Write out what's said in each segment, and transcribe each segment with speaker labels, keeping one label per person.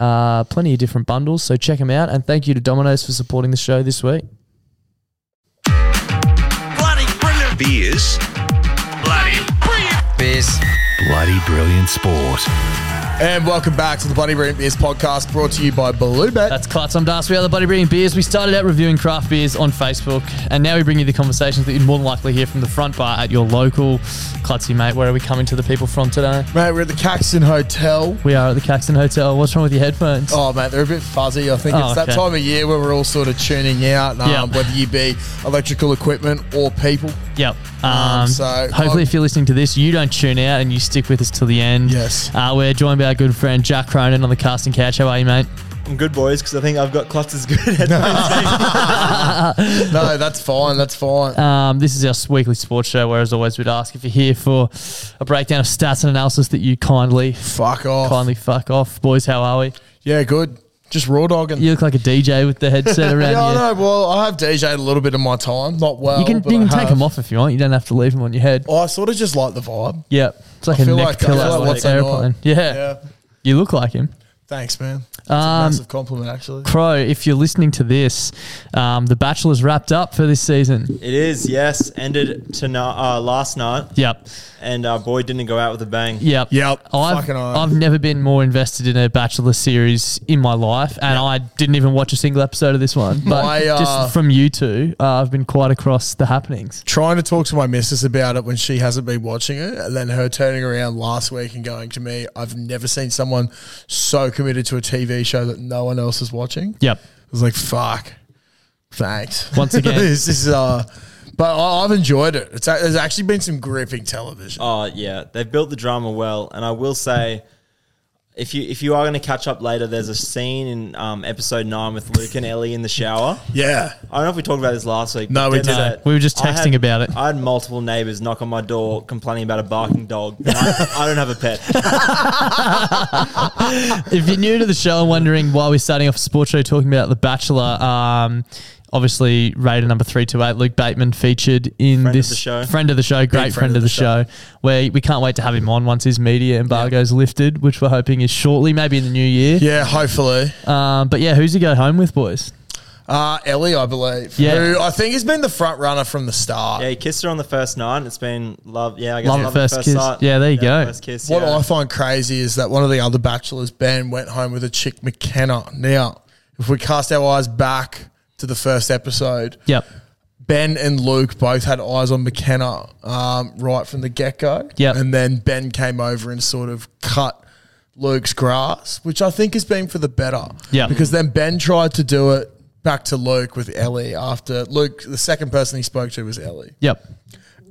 Speaker 1: Uh, plenty of different bundles, so check them out. And thank you to Domino's for supporting the show this week.
Speaker 2: Bloody brilliant beers. Bloody brilliant beers. Bloody brilliant sport.
Speaker 3: And welcome back to the Bloody Brilliant Beers podcast brought to you by Blue Bet.
Speaker 1: That's Clutz. I'm Das. We are the Bloody Brilliant Beers. We started out reviewing craft beers on Facebook, and now we bring you the conversations that you'd more than likely hear from the front bar at your local Clutzy, mate. Where are we coming to the people from today?
Speaker 3: Mate, we're at the Caxton Hotel.
Speaker 1: We are at the Caxton Hotel. What's wrong with your headphones?
Speaker 3: Oh, mate, they're a bit fuzzy. I think
Speaker 1: Oh,
Speaker 3: it's that
Speaker 1: okay.
Speaker 3: time of year where we're all sort of tuning out, um,
Speaker 1: Yeah.
Speaker 3: whether you be electrical equipment or people.
Speaker 1: Yep. Um,
Speaker 3: Um, so-
Speaker 1: hopefully, if you're listening to this, you don't tune out and you stick with us till the end.
Speaker 3: Yes.
Speaker 1: Uh, we're joined by our good friend Jack Cronin on the casting couch. How are you, mate?
Speaker 4: I'm good, boys, because I think I've got clusters good headphones.
Speaker 3: No, that's fine. That's fine.
Speaker 1: Um, this is our weekly sports show, where, as always, we'd ask if you're here for a breakdown of stats and analysis that you kindly,
Speaker 3: Fuck off.
Speaker 1: kindly fuck off, boys. How are we?
Speaker 3: Yeah, good. Just raw dogging.
Speaker 1: You look like a DJ with the headset around
Speaker 3: yeah, I
Speaker 1: you.
Speaker 3: know. Well, I have DJ'd a little bit of my time. Not well.
Speaker 1: You can, you
Speaker 3: but
Speaker 1: can
Speaker 3: I
Speaker 1: take
Speaker 3: have. Oh,
Speaker 1: them off if you want. You don't have to leave them on your head.
Speaker 3: I sort of just like the vibe.
Speaker 1: Yeah, it's like a
Speaker 3: feel
Speaker 1: neck
Speaker 3: like- I
Speaker 1: pillow
Speaker 3: feel like
Speaker 1: on
Speaker 3: what's
Speaker 1: an
Speaker 3: that
Speaker 1: airplane.
Speaker 3: night?
Speaker 1: Yeah.
Speaker 3: Yeah.
Speaker 1: you look like him.
Speaker 3: Thanks, man. That's a
Speaker 1: Um,
Speaker 3: massive compliment, actually.
Speaker 1: Crow, if you're listening to this, um, The Bachelor's wrapped up for this season.
Speaker 4: it is, yes. Ended tonight, uh, last night,
Speaker 1: Yep,
Speaker 4: and our boy didn't go out with a bang.
Speaker 1: yep,
Speaker 3: Yep,
Speaker 1: I've
Speaker 3: fucking oath.
Speaker 1: I've never been more invested in a Bachelor series in my life, and I didn't even watch a single episode of this one. But
Speaker 3: My, uh,
Speaker 1: just from you two, uh, I've been quite across the happenings.
Speaker 3: trying to talk to my missus about it when she hasn't been watching it, and then her turning around last week and going to me, "I've never seen someone so committed to a TV show that no one else is watching."
Speaker 1: Yep.
Speaker 3: I was like, "Fuck, thanks."
Speaker 1: Once again.
Speaker 3: this is uh, but I, I've enjoyed it. It's a- there's actually been some gripping television.
Speaker 4: Oh, yeah. They've built the drama well, and I will say if you if you are going to catch up later, there's a scene in um, episode nine with Luke and Ellie in the shower.
Speaker 1: Oh.
Speaker 3: Yeah.
Speaker 4: I don't know if we talked about this last week.
Speaker 3: No,
Speaker 4: but
Speaker 3: we
Speaker 4: then,
Speaker 3: didn't.
Speaker 4: uh,
Speaker 1: We were just
Speaker 4: I
Speaker 1: texting
Speaker 4: had-
Speaker 1: about it.
Speaker 4: I had multiple neighbors knock on my door complaining about a barking dog. And I, I don't have a pet.
Speaker 1: if you're new to the show and wondering why we're starting off a sports show talking about The Bachelor, um, obviously Raider number three two eight, Luke Bateman featured in
Speaker 4: Friend of
Speaker 1: this
Speaker 4: the show.
Speaker 1: friend of the show, great friend, of the, show. Where we can't wait to have him on once his media embargo's lifted, which we're hoping is shortly, maybe in the new year.
Speaker 3: Yeah, hopefully.
Speaker 1: Um, but yeah, who's he go home with, boys?
Speaker 3: Uh, Ellie, I believe.
Speaker 1: Yeah.
Speaker 3: Who I think has been the front runner from the start.
Speaker 4: yeah, he kissed her on the first night. It's been love. Yeah, I guess
Speaker 1: Love at
Speaker 4: love
Speaker 1: first
Speaker 4: at first
Speaker 1: kiss.
Speaker 4: sight.
Speaker 1: Yeah, there you go.
Speaker 4: First kiss.
Speaker 3: What
Speaker 4: yeah.
Speaker 3: I find crazy is that one of the other bachelors, Ben, went home with a chick McKenna. Now, if we cast our eyes back to the first episode,
Speaker 1: Yep.
Speaker 3: Ben and Luke both had eyes on McKenna um, right from the get go.
Speaker 1: Yep.
Speaker 3: And then Ben came over and sort of cut Luke's grass, which I think has been for the better.
Speaker 1: Yeah.
Speaker 3: Because then Ben tried to do it back to Luke with Ellie after Luke, the second person he spoke to was Ellie.
Speaker 1: Yep.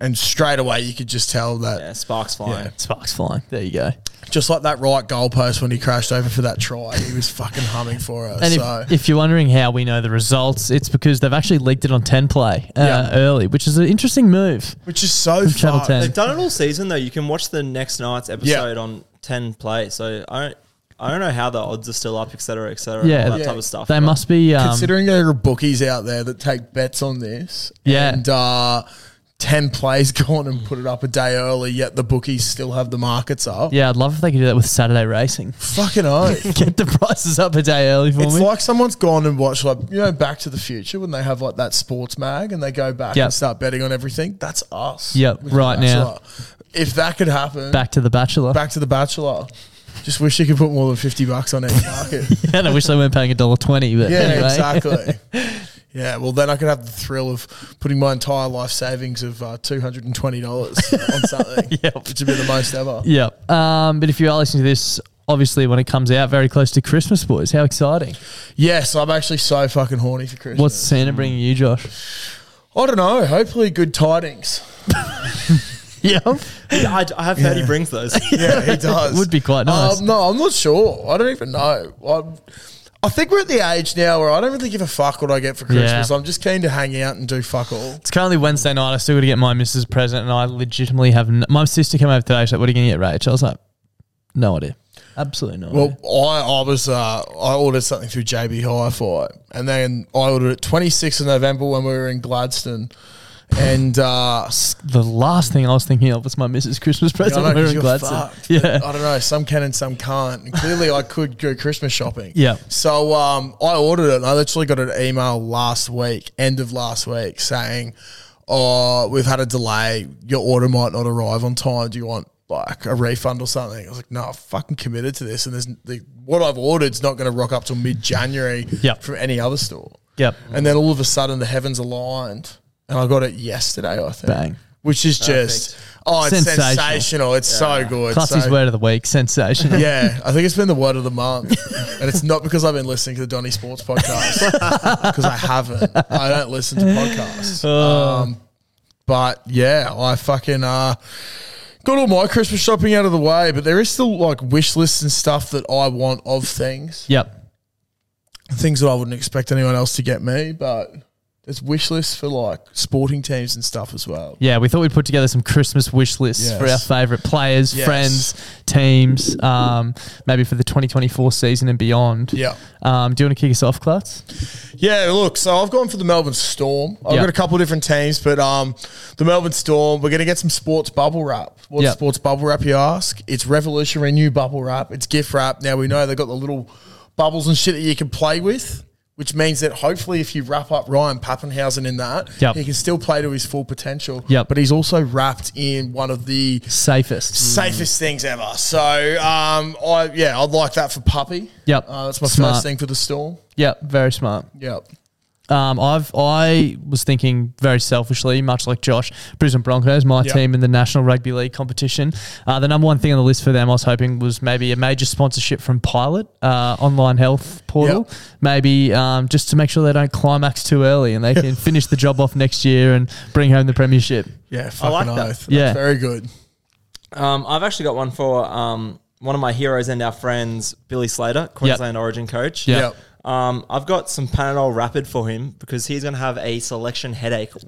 Speaker 3: And straight away, you could just tell that
Speaker 4: Yeah, sparks flying.
Speaker 1: Sparks flying. There you go.
Speaker 3: just like that right goalpost when he crashed over for that try, he was fucking humming for us.
Speaker 1: And
Speaker 3: so.
Speaker 1: if, if you're wondering how we know the results, it's because they've actually leaked it on 10 play uh,
Speaker 3: Yeah.
Speaker 1: early, which is an interesting move.
Speaker 3: which is so
Speaker 1: Channel
Speaker 3: fucked.
Speaker 1: 10.
Speaker 4: They've done it all season though. You can watch the next night's episode on ten play. So I don't, I don't know how the odds are still up, etc., etc.
Speaker 1: Yeah.
Speaker 4: all that
Speaker 1: Yeah.
Speaker 4: type of stuff.
Speaker 1: They
Speaker 4: but
Speaker 1: must be. Um,
Speaker 3: Considering there are bookies out there that take bets on this,
Speaker 1: Yeah.
Speaker 3: and uh, ten plays gone and put it up a day early, yet the bookies still have the markets up.
Speaker 1: yeah, I'd love if they could do that with Saturday racing.
Speaker 3: Fucking oath.
Speaker 1: Get the prices up a day early for
Speaker 3: It's
Speaker 1: me.
Speaker 3: like someone's gone and watched, like, you know, Back to the Future when they have, like, that sports mag and they go back
Speaker 1: Yep.
Speaker 3: and start betting on everything. That's us.
Speaker 1: Yep,
Speaker 3: with The
Speaker 1: right now.
Speaker 3: Bachelor. If that could happen,
Speaker 1: Back to the Bachelor.
Speaker 3: back to the Bachelor. Just wish you could put more than fifty bucks on each market.
Speaker 1: and I wish they weren't paying a dollar twenty. But
Speaker 3: yeah,
Speaker 1: anyway.
Speaker 3: exactly. Yeah, well, then I could have the thrill of putting my entire life savings of uh, two hundred and twenty dollars on something,
Speaker 1: Yep.
Speaker 3: which would be the most ever.
Speaker 1: Yep. Um, but if you are listening to this, obviously when it comes out, very close to Christmas, boys. How exciting!
Speaker 3: Yes, I'm actually so fucking horny for Christmas.
Speaker 1: What's Santa bringing you, Josh?
Speaker 3: I don't know. Hopefully, good tidings.
Speaker 1: Yep.
Speaker 4: I, I have heard he brings those.
Speaker 3: Yeah, he does.
Speaker 1: Would be quite nice.
Speaker 3: Um, no, I'm not sure. I don't even know. I'm, I think we're at the age now where I don't really give a fuck what I get for
Speaker 1: Yeah.
Speaker 3: Christmas. I'm just keen to hang out and do fuck all.
Speaker 1: It's currently Wednesday night. I still got to get my missus present, and I legitimately have. N- my sister came over today. She's like, "What are you going to get, Rach?" I was like, "No idea. Absolutely no idea."
Speaker 3: Well, I, I was uh, I ordered something through JB Hi-Fi, and then I ordered it 26th of November when we were in Gladstone, and uh,
Speaker 1: The last thing I was thinking of was my missus' Christmas
Speaker 3: I don't
Speaker 1: present.
Speaker 3: know,
Speaker 1: we were
Speaker 3: 'cause
Speaker 1: in
Speaker 3: you're
Speaker 1: Gladstone.
Speaker 3: fucked,
Speaker 1: Yeah.
Speaker 3: but I don't know. Some can and some can't. And clearly, I could go Christmas shopping.
Speaker 1: Yeah.
Speaker 3: So um, I ordered it, and I literally got an email last week, end of last week, saying, "Oh, we've had a delay. Your order might not arrive on time. Do you want?" Like a refund or something. I was like, no, I'm fucking committed to this, and there's the, what I've ordered's not going to rock up till mid January
Speaker 1: Yep.
Speaker 3: from any other store.
Speaker 1: Yep.
Speaker 3: And then all of a sudden, the heavens aligned, and I got it yesterday. I think,
Speaker 1: Bang.
Speaker 3: which is just oh, it's
Speaker 1: Sensational.
Speaker 3: sensational. It's so good.
Speaker 1: Clutzy's
Speaker 3: so-
Speaker 1: word of the week. Sensational.
Speaker 3: Yeah, I think it's been the word of the month, and it's not because I've been listening to the Donny Sports podcast because I haven't. I don't listen to podcasts. Um, but yeah, I fucking uh, got all my Christmas shopping out of the way, but there is still like wish lists and stuff that I want of things,
Speaker 1: Yep.
Speaker 3: things that I wouldn't expect anyone else to get me, but. There's wish lists for like sporting teams and stuff as well.
Speaker 1: Yeah, we thought we'd put together some Christmas wish lists for our
Speaker 3: Yes.
Speaker 1: favourite players,
Speaker 3: Yes.
Speaker 1: friends, teams, um, maybe for the 2024 season and beyond.
Speaker 3: Yeah.
Speaker 1: Um, do you want to kick us off, Klutz?
Speaker 3: Yeah, look, so I've gone for the Melbourne Storm. I've
Speaker 1: Yeah.
Speaker 3: got a couple of different teams, but um, the Melbourne Storm, we're going to get some sports bubble wrap. What's
Speaker 1: Yeah.
Speaker 3: sports bubble wrap, you ask? It's revolutionary new bubble wrap. It's gift wrap. Now, we know they've got the little bubbles and shit that you can play with, which means that hopefully if you wrap up Ryan Pappenhausen in that,
Speaker 1: Yep.
Speaker 3: he can still play to his full potential.
Speaker 1: Yep.
Speaker 3: But he's also wrapped in one of the
Speaker 1: Safest.
Speaker 3: safest things ever. So, um, I yeah, I'd like that for Puppy.
Speaker 1: Yep.
Speaker 3: Uh, that's my
Speaker 1: Smart.
Speaker 3: first thing for the Storm.
Speaker 1: Yep, very smart.
Speaker 3: Yep.
Speaker 1: Um, I've I was thinking very selfishly, much like Josh, Brisbane Broncos, my
Speaker 3: Yeah.
Speaker 1: team in the National Rugby League competition. Uh, the number one thing on the list for them, I was hoping, was maybe a major sponsorship from Pilot uh, Online Health Portal,
Speaker 3: Yeah.
Speaker 1: maybe um, just to make sure they don't climax too early and they can finish the job off next year and bring home the premiership.
Speaker 3: Yeah,
Speaker 4: I like
Speaker 3: fucking
Speaker 4: that.
Speaker 3: oath. That's
Speaker 1: Yeah.
Speaker 3: very good.
Speaker 4: Um, I've actually got one for um, one of my heroes and our friends, Billy Slater, Queensland Origin coach.
Speaker 1: Yep.
Speaker 4: Um, I've got some Panadol Rapid for him because he's going to have a selection headache with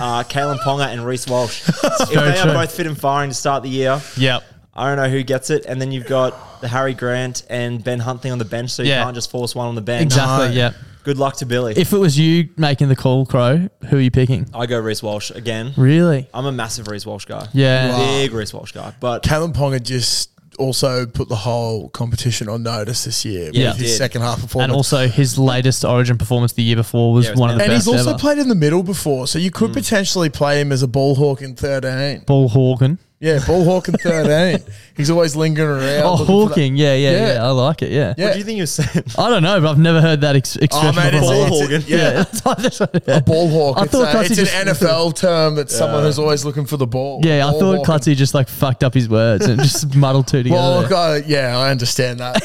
Speaker 4: uh, Kalen Ponga and Reese Walsh. if they
Speaker 1: very
Speaker 4: are
Speaker 1: true.
Speaker 4: both fit and firing to start the year,
Speaker 1: Yep.
Speaker 4: I don't know who gets it. And then you've got the Harry Grant and Ben Hunt thing on the bench, so you
Speaker 1: Yeah.
Speaker 4: can't just force one on the bench.
Speaker 1: Exactly. Yeah.
Speaker 4: Good luck to Billy.
Speaker 1: If it was you making the call, Crow, who are you picking?
Speaker 4: I go Reese Walsh again.
Speaker 1: Really?
Speaker 4: I'm a massive Reese Walsh guy.
Speaker 1: Yeah. Wow.
Speaker 4: Big Reese Walsh guy. But
Speaker 3: Callum Ponga just also put the whole competition on notice this year
Speaker 4: Yeah,
Speaker 3: with
Speaker 4: he
Speaker 3: his
Speaker 4: did.
Speaker 3: second half performance.
Speaker 1: And also, his latest Origin performance the year before was
Speaker 4: Yeah, it was
Speaker 1: one of the
Speaker 3: And
Speaker 1: best
Speaker 3: he's also
Speaker 1: ever. Mm.
Speaker 3: played in the middle before, so you could potentially play him as a ball hawk in 13.
Speaker 1: Ball Hawken.
Speaker 3: Yeah, ball hawk in 13. he's always lingering around.
Speaker 1: Oh,
Speaker 3: looking for that-
Speaker 1: Hawking. Yeah, yeah,
Speaker 3: Yeah.
Speaker 1: yeah, I like it. Yeah.
Speaker 4: what
Speaker 3: Yeah.
Speaker 4: do you think you're saying?
Speaker 1: I don't know, but I've never heard that ex-
Speaker 3: Oh,
Speaker 1: expression
Speaker 3: man, it's,
Speaker 1: before.
Speaker 4: ball
Speaker 3: it's-
Speaker 4: hawking.
Speaker 3: yeah,
Speaker 1: yeah.
Speaker 3: a ball hawk.
Speaker 1: I
Speaker 3: it's
Speaker 1: thought
Speaker 3: a-
Speaker 1: Clutzy
Speaker 3: it's an
Speaker 1: just-
Speaker 3: NFL term that someone who's always looking for the ball.
Speaker 1: Yeah, I
Speaker 3: Ball
Speaker 1: thought
Speaker 3: hawking.
Speaker 1: Clutzy just like fucked up his words and just muddled two together.
Speaker 3: Well,
Speaker 1: there.
Speaker 3: look, I, yeah, I understand that.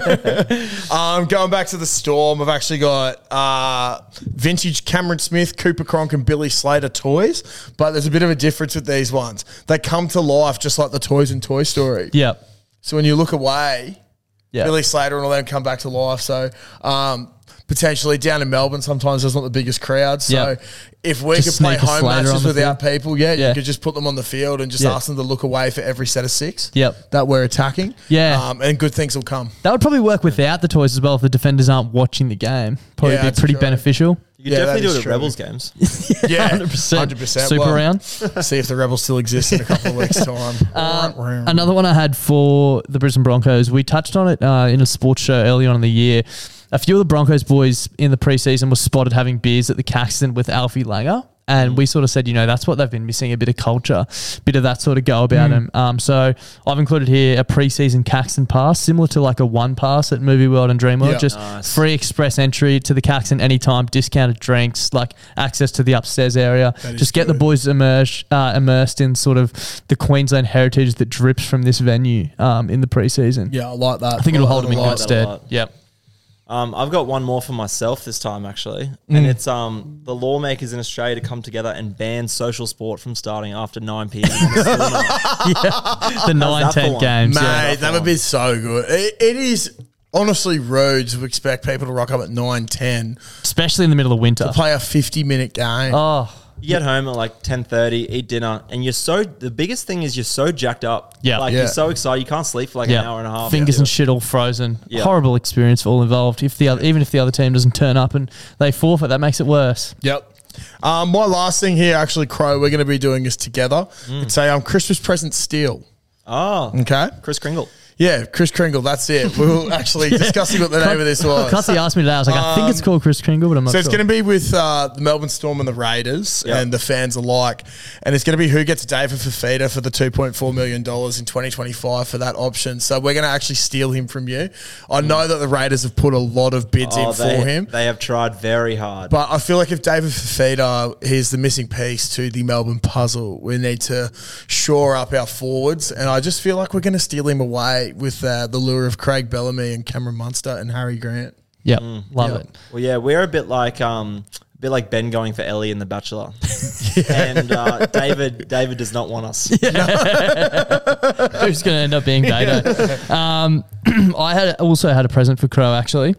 Speaker 3: um, going back to the storm, I've actually got uh, vintage Cameron Smith, Cooper Cronk, and Billy Slater toys, but there's a bit of a difference with these ones. They come to life just like the toys in Toy Story.
Speaker 1: Yep.
Speaker 3: So when you look away,
Speaker 1: Yeah.
Speaker 3: Billy Slater and all them come back to life. So um, potentially down in Melbourne, sometimes there's not the biggest crowd. So
Speaker 1: Yeah.
Speaker 3: if we
Speaker 1: Just
Speaker 3: could play
Speaker 1: sneak a
Speaker 3: home
Speaker 1: Slater on
Speaker 3: matches
Speaker 1: the
Speaker 3: without people, yeah,
Speaker 1: Yeah.
Speaker 3: you could just put them on the field and just
Speaker 1: Yeah.
Speaker 3: ask them to look away for every set of six
Speaker 1: Yep.
Speaker 3: that we're attacking.
Speaker 1: Yeah.
Speaker 3: Um, and good things will come.
Speaker 1: That would probably work without the toys as well if the defenders aren't watching the game. Probably
Speaker 3: Yeah, that's
Speaker 1: be pretty
Speaker 3: true.
Speaker 1: beneficial.
Speaker 4: You could
Speaker 3: Yeah,
Speaker 4: definitely
Speaker 3: that
Speaker 4: do
Speaker 3: is
Speaker 4: it at
Speaker 3: true.
Speaker 4: Rebels games.
Speaker 3: Yeah.
Speaker 1: 100%.
Speaker 3: 100%.
Speaker 1: Super
Speaker 3: Well,
Speaker 1: round.
Speaker 3: See if the Rebels still exist in a couple of weeks' time.
Speaker 1: Um, Another one I had for the Brisbane Broncos, we touched on it uh, in a sports show early on in the year. A few of the Broncos boys in the preseason were spotted having beers at the Caxton with Alfie Langer.
Speaker 3: Mm.
Speaker 1: And we sort of said, you know, that's what they've been missing a bit of culture, bit of that sort of go
Speaker 3: Mm.
Speaker 1: about them. Um, so I've included here a preseason Caxton pass, similar to like a one pass at Movie World and Dream World,
Speaker 3: Yeah.
Speaker 1: just free express entry to the Caxton anytime, discounted drinks, like access to the upstairs area.
Speaker 3: is
Speaker 1: Just get the
Speaker 3: good.
Speaker 1: boys was immersed uh, immersed in sort of the Queensland heritage that drips from this venue um, in the preseason.
Speaker 3: yeah, I like that.
Speaker 1: I think it'll hold them in
Speaker 4: Oh, like
Speaker 1: good
Speaker 4: that a
Speaker 1: stead.
Speaker 4: lot.
Speaker 1: Yep.
Speaker 4: Um, I've got one more for myself this time, actually, and it's um, the lawmakers in Australia to come together and ban social sport from starting after 9 p.m. on a Sunday night.
Speaker 1: The nine
Speaker 4: that for
Speaker 1: ten
Speaker 4: one?
Speaker 1: games.
Speaker 3: Mate,
Speaker 1: yeah.
Speaker 3: that would be so good. It, it is honestly rude to expect people to rock up at 9, 10,
Speaker 1: Especially in the middle of winter.
Speaker 3: play a 50 minute game.
Speaker 1: Oh,
Speaker 4: You get home at like 10:30, eat dinner, and you're so. The biggest thing is you're so jacked up.
Speaker 1: Yeah.
Speaker 4: like
Speaker 3: Yeah.
Speaker 4: you're so excited you can't sleep for like
Speaker 1: yeah.
Speaker 4: an hour and a half.
Speaker 1: Fingers and shit all frozen.
Speaker 4: Yeah.
Speaker 1: Horrible experience for all involved. If the other, even if the other team doesn't turn up and they forfeit, that makes it worse.
Speaker 3: Yep. Um, my last thing here, actually, Crow, we're going to be doing this together.
Speaker 4: Mm.
Speaker 3: It's a um, Christmas present steal.
Speaker 4: Oh,
Speaker 3: Okay.
Speaker 4: Chris Kringle.
Speaker 3: Yeah, Chris Kringle. That's it. We were actually discussing what the name of this
Speaker 4: Oh,
Speaker 3: was.
Speaker 1: Cussy asked me today. I was like, I
Speaker 4: Um,
Speaker 1: think it's called Chris Kringle, but I'm not
Speaker 3: So
Speaker 1: sure.
Speaker 3: it's going to be with uh, the Melbourne Storm and the Raiders
Speaker 4: Yeah.
Speaker 3: and the fans alike, and it's going to be who gets David Fafita for the two point four million dollars in twenty twenty five for that option. So we're going to actually steal him from you. I know that the Raiders have put a lot of bids
Speaker 4: Mm. Oh,
Speaker 3: in for
Speaker 4: they,
Speaker 3: him.
Speaker 4: they have tried very hard.
Speaker 3: But I feel like if David Fafita is the missing piece to the Melbourne puzzle, we need to shore up our forwards. And I just feel like we're going to steal him away with uh, the lure of Craig Bellamy and Cameron Munster and Harry Grant.
Speaker 1: Yep. Love it.
Speaker 4: Well, Mm. yeah, we're a bit like um, a bit like Ben going for Ellie in The Bachelor, and uh, David. David does not want us.
Speaker 1: Who's going to end up being Dado? Um, I had also had a present for Crow actually.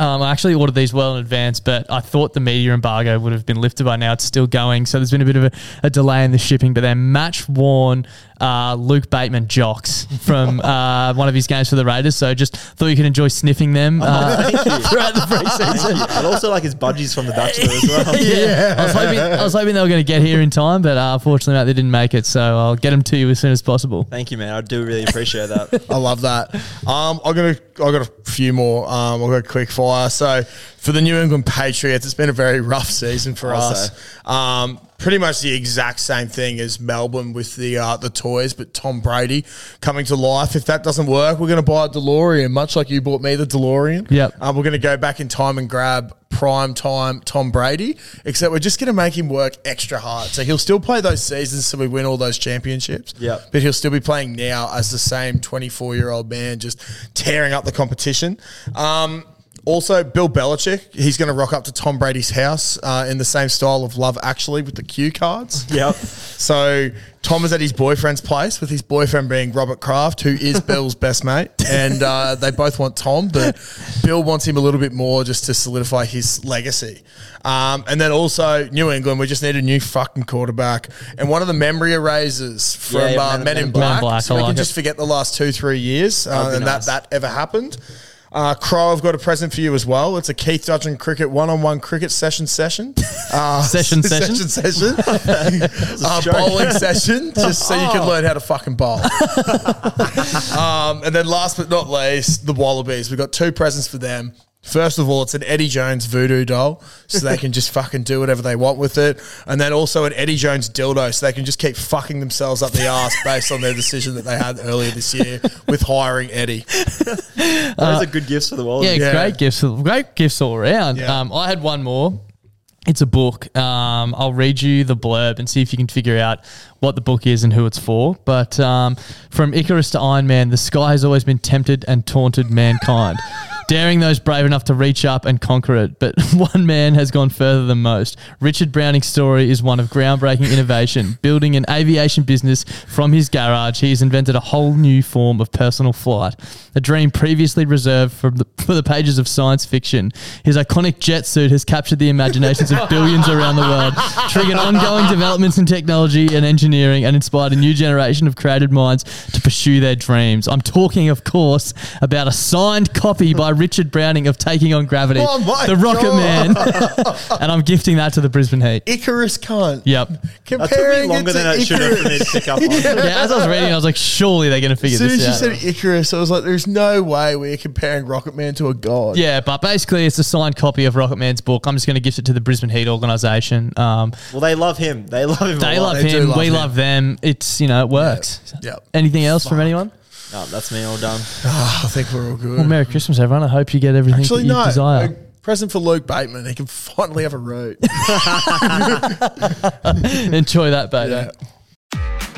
Speaker 1: Um, I actually ordered these well in advance, but I thought the media embargo would have been lifted by now. It's still going, so there's been a bit of a, a delay in the shipping. But they're match worn uh, Luke Bateman jocks from uh, one of his games for the Raiders. So just thought you could enjoy sniffing them uh, throughout the preseason.
Speaker 4: I'd also like his budgies from The Bachelor as well.
Speaker 1: Yeah. I was hoping I was hoping they were going to get here in time, but uh, unfortunately, mate, they didn't make it. So I'll get them to you as soon as possible.
Speaker 4: Thank you, man. I do really appreciate that.
Speaker 3: I love that. Um, I'm gonna. I got a few more. Um, I'll go quick fire. So for the New England Patriots, it's been a very rough season for
Speaker 4: Also.
Speaker 3: us. Um, pretty much the exact same thing as Melbourne with the uh, the toys, but Tom Brady coming to life. If that doesn't work, we're gonna buy a DeLorean, much like you bought me the DeLorean.
Speaker 1: Yep.
Speaker 3: Um, we're gonna go back in time and grab prime time Tom Brady, except we're just gonna make him work extra hard. So he'll still play those seasons, so we win all those championships.
Speaker 4: Yep.
Speaker 3: But he'll still be playing now as the same 24 year old man, just tearing up the competition. Um, also, Bill Belichick, he's going to rock up to Tom Brady's house uh, in the same style of love, actually, with the cue cards.
Speaker 4: Yep.
Speaker 3: So, Tom was at his boyfriend's place with his boyfriend being Robert Kraft, who is Bill's best mate, and uh, they both want Tom, but Bill wants him a little bit more just to solidify his legacy. Um, and then also New England, we just need a new fucking quarterback. And one of the memory erasers from
Speaker 4: Yeah,
Speaker 3: uh, Men,
Speaker 4: Men- Men
Speaker 3: in
Speaker 4: in
Speaker 3: Black,
Speaker 1: Black,
Speaker 3: so
Speaker 1: I
Speaker 3: we
Speaker 1: like
Speaker 3: can
Speaker 1: it.
Speaker 3: just forget the last two three years uh,
Speaker 4: be
Speaker 3: and
Speaker 4: nice.
Speaker 3: that that ever happened. Uh, Crow, I've got a present for you as well. It's a Keith Dudgeon cricket one-on-one cricket session session. Uh,
Speaker 1: Session, session?
Speaker 3: session. uh,
Speaker 4: joke.
Speaker 3: bowling session, just so
Speaker 4: Oh.
Speaker 3: you can learn how to fucking bowl. um, and then last but not least, the Wallabies. We've got two presents for them. First of all, it's an Eddie Jones voodoo doll, so they can just fucking do whatever they want with it. And then also an Eddie Jones dildo, so they can just keep fucking themselves up the ass based on their decision that they had earlier this year with hiring Eddie. Uh,
Speaker 4: Those are good gifts for the
Speaker 1: Yeah,
Speaker 4: Wallabies.
Speaker 3: Yeah.
Speaker 1: great gifts, great gifts all around.
Speaker 3: Yeah.
Speaker 1: Um, I had one more. It's a book. Um, I'll read you the blurb and see if you can figure out what the book is and who it's for. But um, from Icarus to Iron Man, the sky has always been tempted and taunted mankind, daring those brave enough to reach up and conquer it. But one man has gone further than most. Richard Browning's story is one of groundbreaking innovation. Building an aviation business from his garage, he has invented a whole new form of personal flight, a dream previously reserved for the, for the pages of science fiction. His iconic jet suit has captured the imaginations of billions around the world, triggered ongoing developments in technology and engineering, and inspired a new generation of creative minds to pursue their dreams. I'm talking, of course, about a signed copy by Richard Browning of Taking on Gravity,
Speaker 3: Oh my
Speaker 1: The Rocket
Speaker 3: God.
Speaker 1: Man, and I'm gifting that to the Brisbane Heat.
Speaker 3: Icarus cunt.
Speaker 1: Yep.
Speaker 4: That took me
Speaker 3: Comparing
Speaker 4: longer
Speaker 3: it to
Speaker 4: than it should have for me to
Speaker 3: Icarus.
Speaker 4: pick up on.
Speaker 1: Yeah, as I was reading, I was like, surely they're going to figure
Speaker 3: As soon
Speaker 1: this
Speaker 3: as you
Speaker 1: out.
Speaker 3: said Icarus, I was like, there's no way we're comparing Rocket Man to a god.
Speaker 1: Yeah, but basically, it's a signed copy of Rocket Man's book. I'm just going to gift it to the Brisbane Heat organisation. Um,
Speaker 4: Well, they love him. They love him.
Speaker 1: they
Speaker 4: a lot.
Speaker 1: love
Speaker 3: Oh, They do
Speaker 1: him.
Speaker 3: love
Speaker 1: we
Speaker 3: him.
Speaker 1: love them. It's you know it works.
Speaker 3: Yeah. Yep.
Speaker 1: Anything else from anyone?
Speaker 4: No, Oh, that's me all done.
Speaker 3: I think we're all good.
Speaker 1: Well, Merry Christmas, everyone. I hope you get everything
Speaker 3: Actually,
Speaker 1: that you
Speaker 3: no.
Speaker 1: desire.
Speaker 3: A present for Luke Bateman. He can finally have a root.
Speaker 1: Enjoy that, baby.
Speaker 3: Yeah.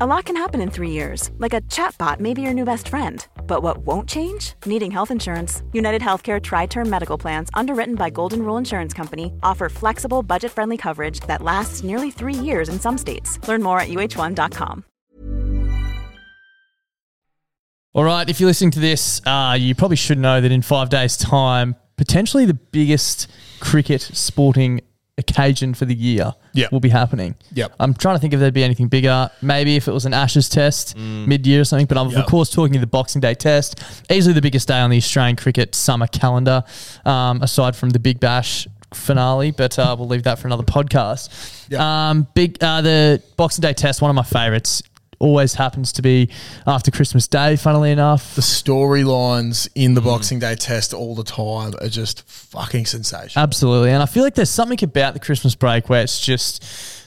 Speaker 5: A lot can happen in three years, like a chatbot may be your new best friend. But what won't change? Needing health insurance. United Healthcare Tri Term Medical Plans, underwritten by Golden Rule Insurance Company, offer flexible, budget friendly coverage that lasts nearly three years in some states. Learn more at uh1.com.
Speaker 1: All right, if you're listening to this, uh, you probably should know that in five days' time, potentially the biggest cricket sporting occasion for the year
Speaker 3: Yeah.
Speaker 1: will be happening.
Speaker 3: Yep.
Speaker 1: I'm trying to think if there'd be anything bigger. Maybe if it was an Ashes test
Speaker 3: Mm.
Speaker 1: mid year or something, but I'm,
Speaker 3: Yeah.
Speaker 1: of course, talking the Boxing Day test. Easily the biggest day on the Australian cricket summer calendar, um, aside from the Big Bash finale, but uh, we'll leave that for another podcast.
Speaker 3: Yeah.
Speaker 1: Um, big uh, The Boxing Day test, one of my favourites. Always happens to be after Christmas Day, funnily enough.
Speaker 3: The storylines in the
Speaker 1: Hmm.
Speaker 3: Boxing Day test all the time are just fucking sensational.
Speaker 1: Absolutely. And I feel like there's something about the Christmas break where it's just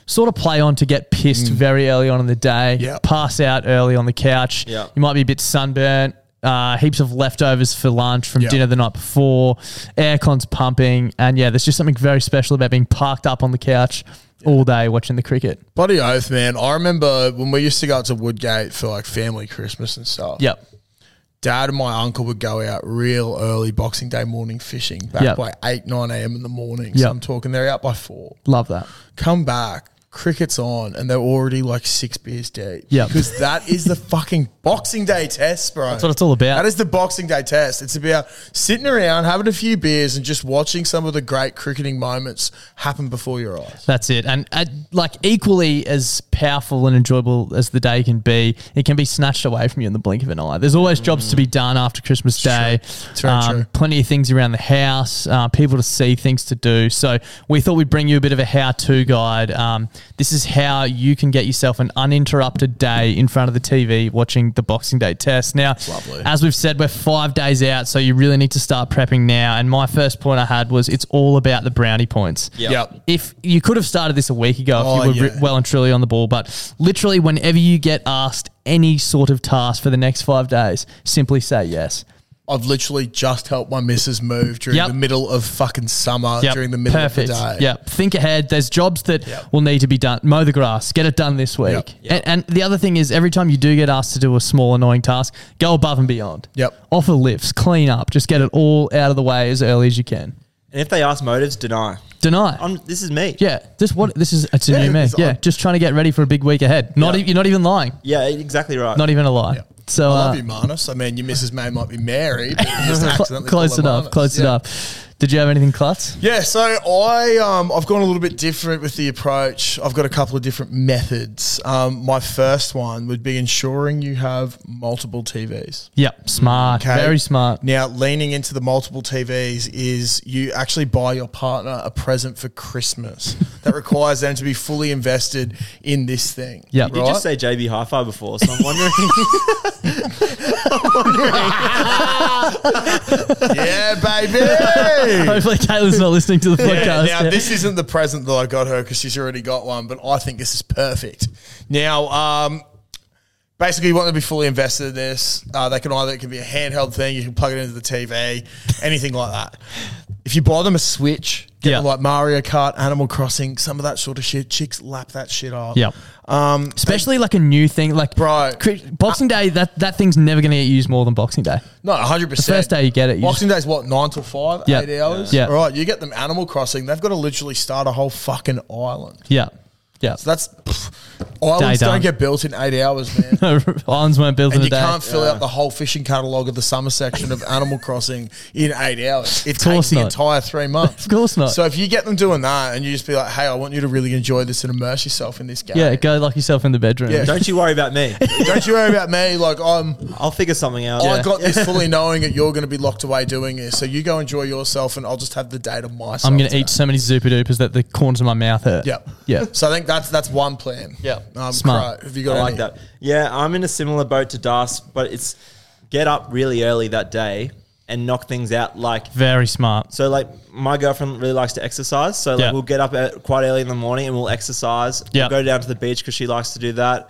Speaker 1: sort of play on to get pissed very early on in the day,
Speaker 3: Yep.
Speaker 1: pass out early on the couch.
Speaker 4: Yep.
Speaker 1: You might be a bit sunburnt. Uh, heaps of leftovers for lunch from
Speaker 3: Yep.
Speaker 1: dinner the night before. Aircon's pumping, and yeah, there's just something very special about being parked up on the couch all day watching the cricket.
Speaker 3: Bloody oath, man. I remember when we used to go out to Woodgate for like family Christmas and stuff.
Speaker 1: Yep,
Speaker 3: Dad and my uncle would go out real early Boxing Day morning fishing back
Speaker 1: Yep.
Speaker 3: by 8, 9 a.m. in the morning.
Speaker 1: Yep.
Speaker 3: So I'm talking, they're out by 4.
Speaker 1: love that.
Speaker 3: come back, cricket's on, and they're already like six beers deep.
Speaker 1: Yep.
Speaker 3: Because that is the fucking Boxing Day test, bro. That's
Speaker 1: what it's all about.
Speaker 3: That is the Boxing Day test. It's about sitting around, having a few beers, and just watching some of the great cricketing moments happen before your eyes.
Speaker 1: That's it. And uh, like equally as powerful and enjoyable as the day can be, it can be snatched away from you in the blink of an eye. There's always jobs to be done after Christmas Day.
Speaker 3: Mm.
Speaker 1: Um,
Speaker 3: very true.
Speaker 1: Plenty of things around the house, uh, people to see, things to do. So we thought we'd bring you a bit of a how-to guide. Um, This is how you can get yourself an uninterrupted day in front of the TV watching the Boxing Day test. Now,
Speaker 3: Lovely.
Speaker 1: as we've said, we're five days out, so you really need to start prepping now. And my first point I had was it's all about the brownie points.
Speaker 4: Yeah.
Speaker 3: Yep.
Speaker 1: If you could have started this a week ago, if
Speaker 3: Oh,
Speaker 1: you were
Speaker 3: yeah.
Speaker 1: re- well and truly on the ball, but literally, whenever you get asked any sort of task for the next five days, simply say yes.
Speaker 3: I've literally just helped my missus move during
Speaker 1: Yep.
Speaker 3: the middle of fucking summer,
Speaker 1: Yep.
Speaker 3: during the middle
Speaker 1: Perfect.
Speaker 3: of the day.
Speaker 1: Yep. Think ahead. There's jobs that
Speaker 3: Yep.
Speaker 1: will need to be done. Mow the grass. Get it done this week.
Speaker 3: Yep.
Speaker 1: And, and the other thing is, every time you do get asked to do a small annoying task, go above and beyond.
Speaker 3: Yep.
Speaker 1: Offer lifts. Clean up. Just get it all out of the way as early as you can.
Speaker 4: And if they ask motives, deny.
Speaker 1: Deny.
Speaker 4: I'm, this is me.
Speaker 1: yeah. This what this is. It's a
Speaker 3: Yeah,
Speaker 1: new me.
Speaker 3: it's
Speaker 1: Yeah.
Speaker 3: odd.
Speaker 1: Just trying to get ready for a big week ahead. Not
Speaker 4: Yeah.
Speaker 1: e- you're not even lying.
Speaker 4: Yeah, exactly right.
Speaker 1: Not even a lie. So
Speaker 3: I love
Speaker 1: uh,
Speaker 3: you, Marnus. I mean, your missus may might be married, but you just
Speaker 1: cl-
Speaker 3: accidentally
Speaker 1: close
Speaker 3: call her
Speaker 1: enough.
Speaker 3: Marnus.
Speaker 1: Close
Speaker 3: Yeah.
Speaker 1: enough. Did you have anything klutz?
Speaker 3: Yeah, so I um, I've gone a little bit different with the approach. I've got a couple of different methods. Um, my first one would be ensuring you have multiple TVs.
Speaker 1: Yep. Smart.
Speaker 3: Okay.
Speaker 1: Very smart.
Speaker 3: Now, leaning into the multiple TVs is you actually buy your partner a present for Christmas that requires them to be fully invested in this thing.
Speaker 1: Yep.
Speaker 4: You just say JB Hi-Fi before, so I'm wondering.
Speaker 3: yeah, baby.
Speaker 1: Hopefully, Taylor's not listening to the
Speaker 3: Yeah,
Speaker 1: podcast.
Speaker 3: now
Speaker 1: Yeah.
Speaker 3: this isn't the present that I got her because she's already got one, but I think this is perfect. Now, um, basically, you want them to be fully invested in this. Uh, they can either it can be a handheld thing, you can plug it into the TV, anything like that. If you buy them a Switch, get
Speaker 1: Yeah.
Speaker 3: them like Mario Kart, Animal Crossing, some of that sort of shit, chicks lap that shit up.
Speaker 1: Yep.
Speaker 3: Um,
Speaker 1: Especially like a new thing, like
Speaker 3: Bro.
Speaker 1: cri- Boxing Day. That that thing's never going to get used more than Boxing Day.
Speaker 3: No, hundred percent.
Speaker 1: The first day you get it, you
Speaker 3: Boxing Day's what nine till five,
Speaker 1: Yeah.
Speaker 3: eight hours.
Speaker 1: Yeah.
Speaker 3: All right. You get them Animal Crossing. They've got to literally start a whole fucking island.
Speaker 1: Yeah, yeah.
Speaker 3: So that's pff, islands
Speaker 1: done.
Speaker 3: don't get built in eight hours, man.
Speaker 1: Islands weren't built in
Speaker 3: and
Speaker 1: a
Speaker 3: you
Speaker 1: day.
Speaker 3: can't fill out the whole fishing catalogue of the summer section of Animal Crossing in eight hours. It
Speaker 1: course
Speaker 3: takes the
Speaker 1: not.
Speaker 3: entire three months.
Speaker 1: Of course not.
Speaker 3: So if you get them doing that and you just be like, "Hey, I want you to really enjoy this and immerse yourself in this game."
Speaker 1: yeah, go lock yourself in the bedroom.
Speaker 3: Yeah.
Speaker 4: Don't you worry about me.
Speaker 3: Don't you worry about me. Like I'm,
Speaker 4: I'll figure something out.
Speaker 3: Oh, I got this fully knowing that you're going to be locked away doing this. So you go enjoy yourself, and I'll just have the day to myself.
Speaker 1: I'm going to
Speaker 3: today.
Speaker 1: eat so many Zupa Dupas that the corners of my mouth hurt.
Speaker 3: Yeah,
Speaker 1: yeah.
Speaker 3: So I think that's that's one plan.
Speaker 1: Yeah.
Speaker 3: um,
Speaker 1: Smart.
Speaker 3: Smart. have you got
Speaker 4: I like
Speaker 3: any?
Speaker 4: that. Yeah, I'm in a similar boat to Das, but it's get up really early that day and knock things out. Like
Speaker 1: Very smart.
Speaker 4: so, like my girlfriend really likes to exercise, so like
Speaker 1: Yeah.
Speaker 4: we'll get up at quite early in the morning and we'll exercise.
Speaker 1: Yeah.
Speaker 4: We'll go down to the beach because she likes to do that.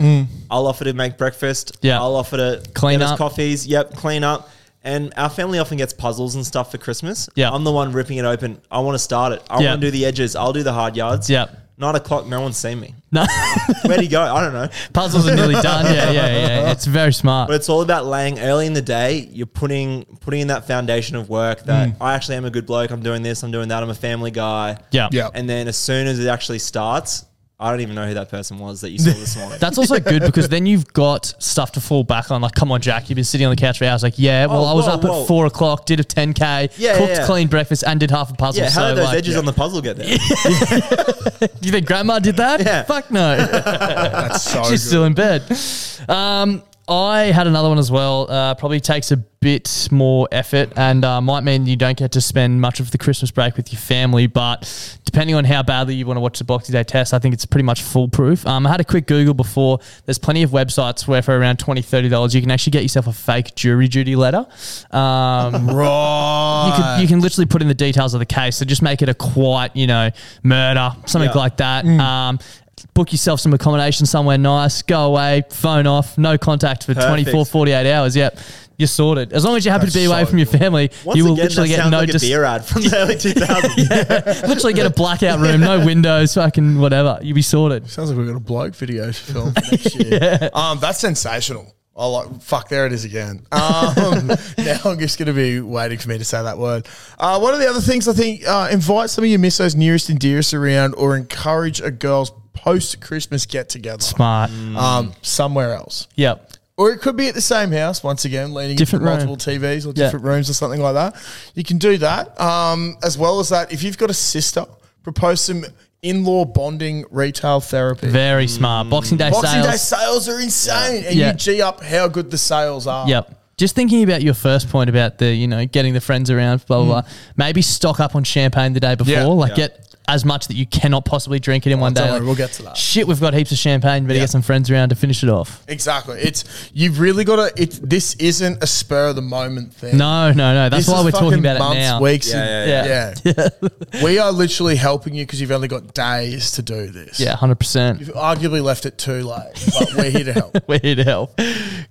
Speaker 4: I'll offer to make breakfast.
Speaker 1: Yeah.
Speaker 4: I'll offer to
Speaker 1: Clean
Speaker 4: get us
Speaker 1: up.
Speaker 4: coffees. Yep, clean up. And our family often gets puzzles and stuff for Christmas.
Speaker 1: Yeah.
Speaker 4: I'm the one ripping it open. I want to start it. I
Speaker 1: Yeah.
Speaker 4: want to do the edges. I'll do the hard yards.
Speaker 1: Yeah.
Speaker 4: Nine o'clock, no one's seen me.
Speaker 1: No,
Speaker 4: Where'd he go? I don't know.
Speaker 1: puzzles are nearly done. Yeah, yeah, yeah. It's very smart.
Speaker 4: But it's all about laying early in the day. You're putting putting in that foundation of work that I actually am a good bloke. I'm doing this. I'm doing that. I'm a family guy.
Speaker 1: yeah,
Speaker 3: Yeah.
Speaker 4: And then as soon as it actually starts, I don't even know who that person was that you saw this morning.
Speaker 1: That's also good because then you've got stuff to fall back on. Like, come on, Jack, you've been sitting on the couch for hours. Like, yeah, well,
Speaker 4: Oh,
Speaker 1: I was
Speaker 4: whoa,
Speaker 1: up
Speaker 4: whoa.
Speaker 1: at four o'clock, did a 10K,
Speaker 4: Yeah,
Speaker 1: cooked
Speaker 4: yeah, yeah.
Speaker 1: clean breakfast, and did half a puzzle.
Speaker 4: yeah. How
Speaker 1: so,
Speaker 4: did those
Speaker 1: like,
Speaker 4: edges on the puzzle get there?
Speaker 1: Do you think grandma did that?
Speaker 4: Yeah.
Speaker 1: Fuck no.
Speaker 3: That's so
Speaker 1: She's
Speaker 3: good.
Speaker 1: still in bed. Um, I had another one as well. Uh, probably takes a bit more effort and uh, might mean you don't get to spend much of the Christmas break with your family. But depending on how badly you want to watch the Boxing Day test, I think it's pretty much foolproof. Um, I had a quick Google before. There's plenty of websites where for around $20, $30, you can actually get yourself a fake jury duty letter. Um,
Speaker 3: right.
Speaker 1: you can, you can literally put in the details of the case. So just make it a quiet, you know, murder, something
Speaker 4: Yeah.
Speaker 1: like that.
Speaker 3: Mm.
Speaker 1: Um, book yourself some accommodation somewhere nice. Go away, phone off, no contact for
Speaker 4: Perfect.
Speaker 1: 24, 48 hours. Yep. You're sorted. As long as you're happy to be
Speaker 3: That's
Speaker 1: away
Speaker 3: so
Speaker 1: from your
Speaker 3: good.
Speaker 1: family,
Speaker 4: Once
Speaker 1: you will
Speaker 4: again,
Speaker 1: literally
Speaker 4: that
Speaker 1: get
Speaker 4: sounds
Speaker 1: no
Speaker 4: like
Speaker 1: dis-
Speaker 4: a beer ad from the early 2000s.
Speaker 1: literally get a blackout room, no windows, fucking whatever. You'll be sorted.
Speaker 3: Sounds like we've got a bloke video to film for next year. um, that's sensational. I like fuck. There it is again. Um, now I'm just going to be waiting for me to say that word. Uh, one of the other things I think uh, invite some of your missos nearest and dearest around, or encourage a girl's post Christmas get together
Speaker 1: Smart.
Speaker 3: um, somewhere else,
Speaker 1: Yep.
Speaker 3: or it could be at the same house once again, leaning
Speaker 1: Different
Speaker 3: different
Speaker 1: room.
Speaker 3: multiple TVs or
Speaker 1: Yeah.
Speaker 3: different rooms or something like that. You can do that um, as well as that. If you've got a sister, propose some in law bonding retail therapy.
Speaker 1: Very smart. Boxing Day
Speaker 3: Mm. Boxing
Speaker 1: sales.
Speaker 3: Day sales are insane, and
Speaker 1: Yeah.
Speaker 3: you g up how good the sales are.
Speaker 1: Yep. Just thinking about your first point about the, you know, getting the friends around, blah, blah, blah. Maybe stock up on champagne the day before.
Speaker 3: Mm. Yeah. Oh,
Speaker 1: Like,
Speaker 4: Yeah.
Speaker 1: get as much that you cannot possibly drink it in one
Speaker 3: don't
Speaker 1: day.
Speaker 3: worry, we'll get to that.
Speaker 1: Shit, we've got heaps of champagne. Better
Speaker 3: Yeah.
Speaker 1: get some friends around to finish it off.
Speaker 3: Exactly. It's you've really got to. It's this isn't a spur of the moment thing.
Speaker 1: No, no, no. That's
Speaker 3: This
Speaker 1: why
Speaker 3: is
Speaker 1: we're
Speaker 3: fucking
Speaker 1: talking about it
Speaker 3: months,
Speaker 1: now.
Speaker 3: Weeks.
Speaker 4: Yeah,
Speaker 3: and-
Speaker 1: yeah,
Speaker 3: yeah. we are literally helping you because you've only got days to do this.
Speaker 1: Yeah, hundred percent.
Speaker 3: You've arguably left it too late, but we're here to help.
Speaker 1: We're here to help.